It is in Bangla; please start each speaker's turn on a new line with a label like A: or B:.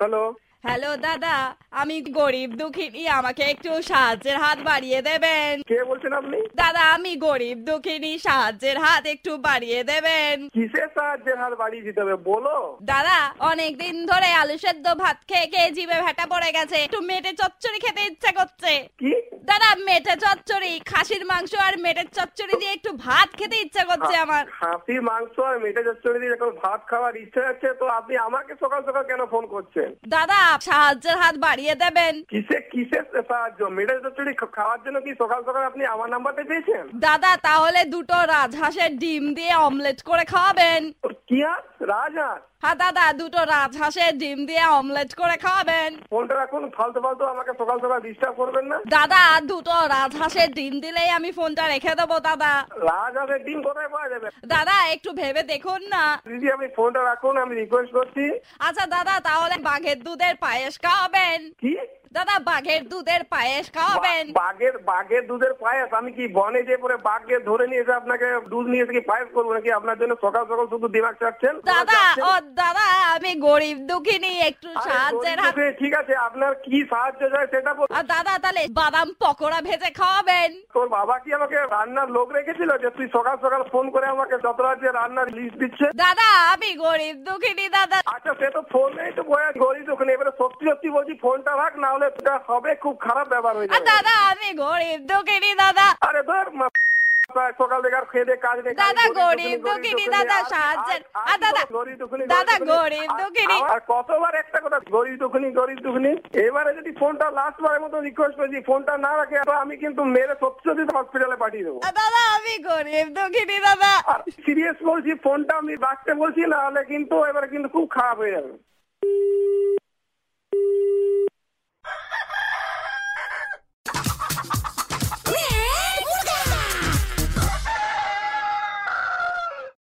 A: হ্যালো
B: হ্যালো দাদা আমি গরিব দুঃখিনী আমাকে একটু সাহায্যের হাত বাড়িয়ে দেবেন
A: কে বলছেন আপনি
B: দাদা আমি গরিব দুঃখিনী সাহায্যের হাত একটু বাড়িয়ে দেবেন
A: কিসের সাহায্যের হার বাড়িয়ে দিতে হবে বলো
B: দাদা অনেকদিন ধরে আলু সেদ্ধ ভাত খেয়ে খেয়ে জিভে ভেটা পড়ে গেছে একটু মেটে চচ্চড়ি খেতে ইচ্ছা করছে
A: কি
B: দাদা মেটে চচ্চড়ি খাসির মাংস আর মেটের চচ্চড়ি দিয়ে একটু ভাত খেতে ইচ্ছা করছে আমার
A: খাসি মাংস আর মেটে চচ্চড়ি দিয়ে যখন ভাত খাওয়ার ইচ্ছে হচ্ছে তো আপনি আমাকে সকাল সকাল কেন ফোন করছেন
B: দাদা সাহায্যের হাত বাড়িয়ে দেবেন
A: কিসে কিসের সাহায্য মেটে চচ্চড়ি খা- খাওয়ার জন্য কি সকাল সকাল আপনি আমার নাম্বারটা পেয়েছেন
B: দাদা তাহলে দুটো রাজহাঁসের ডিম দিয়ে অমলেট করে খাওয়াবেন
A: কি হাত রাজহাঁস
B: হ্যাঁ দাদা দুটো রাজহাঁসের ডিম দিয়ে অমলেট করে খাওয়াবেন
A: ফোনটা রাখুন ফালতু ফালতু আমাকে সকাল সকাল ডিস্টার্ব করবেন না
B: দাদা দুটো রাজহাঁসের ডিম দিলেই আমি ফোনটা রেখে দেবো দাদা
A: রাজহাঁসের ডিম কোথায় পাওয়া যাবে
B: দাদা একটু ভেবে দেখুন না
A: দিদি আপনি ফোনটা রাখুন আমি রিকোয়েস্ট করছি
B: আচ্ছা দাদা তাহলে বাঘের দুধের পায়েস খাওয়াবেন
A: কি
B: দাদা বাঘের দুধের পায়েস খাওয়াবেন
A: বা- বাঘের বাঘের দুধের পায়েস আমি কি বনে যে পরে বাঘকে ধরে নিয়ে এসে আপনাকে দুধ নিয়ে এসে কি পায়েস করবো নাকি আপনার জন্য সকাল সকাল শুধু দিমাগ চাচ্ছেন
B: দাদা ও দাদা আমি গরিব দুঃখিনী একটু
A: আরে,
B: সাহায্যের
A: গরিব
B: হাত
A: লোকে, ঠিক আছে আপনার কি সাহায্য চাই সেটা বল
B: আর দাদা তাহলে বাদাম পকোড়া ভেজে খাওয়াবেন
A: তোর বাবা কি আমাকে রান্নার লোক রেখেছিল যে তুই সকাল সকাল ফোন করে আমাকে যত রাজ্যে রান্নার লিস্ট দিচ্ছে
B: দাদা আমি গরিব দুঃখিনী দাদা
A: আচ্ছা সে তো ফোন নেই তো বয়া গরিব ওখানে এবারে সত্যি সত্যি বলছি ফোনটা রাখ না হলে এটা হবে খুব খারাপ ব্যাপার হয়ে
B: আর
A: যাবে
B: দাদা আমি গরিব দুঃখিনী দাদা
A: আরে ধর মা- প্রায় সকাল থেকে আর খেয়ে দেয়ে কাজ নেই
B: দাদা
A: কাজ নেই,
B: গরিব দুঃখিনী,
A: দুঃখিনী,
B: দাদা
A: আর-
B: সাহায্যের-
A: আর-
B: আর দাদা-
A: গরিব দুঃখিনী,
B: দাদা
A: দুঃখিনী।
B: গরিব দুঃখিনী।
A: আর- আর কতবার একটা কথা গরিব দুঃখিনী গরিব দুঃখিনী এবারে যদি ফোনটা লাস্ট বারের মতো রিকোয়েস্ট করেছি ফোনটা না রাখে তো আমি কিন্তু মেরে সত্যি সত্যি হসপিটালে পাঠিয়ে দেবো
B: আর দাদা আমি গরিব দুঃখিনী দাদা
A: আর সিরিয়াস বলছি ফোনটা আমি রাখতে বলছি না হলে কিন্তু এবারে কিন্তু খুব খারাপ হয়ে যাবে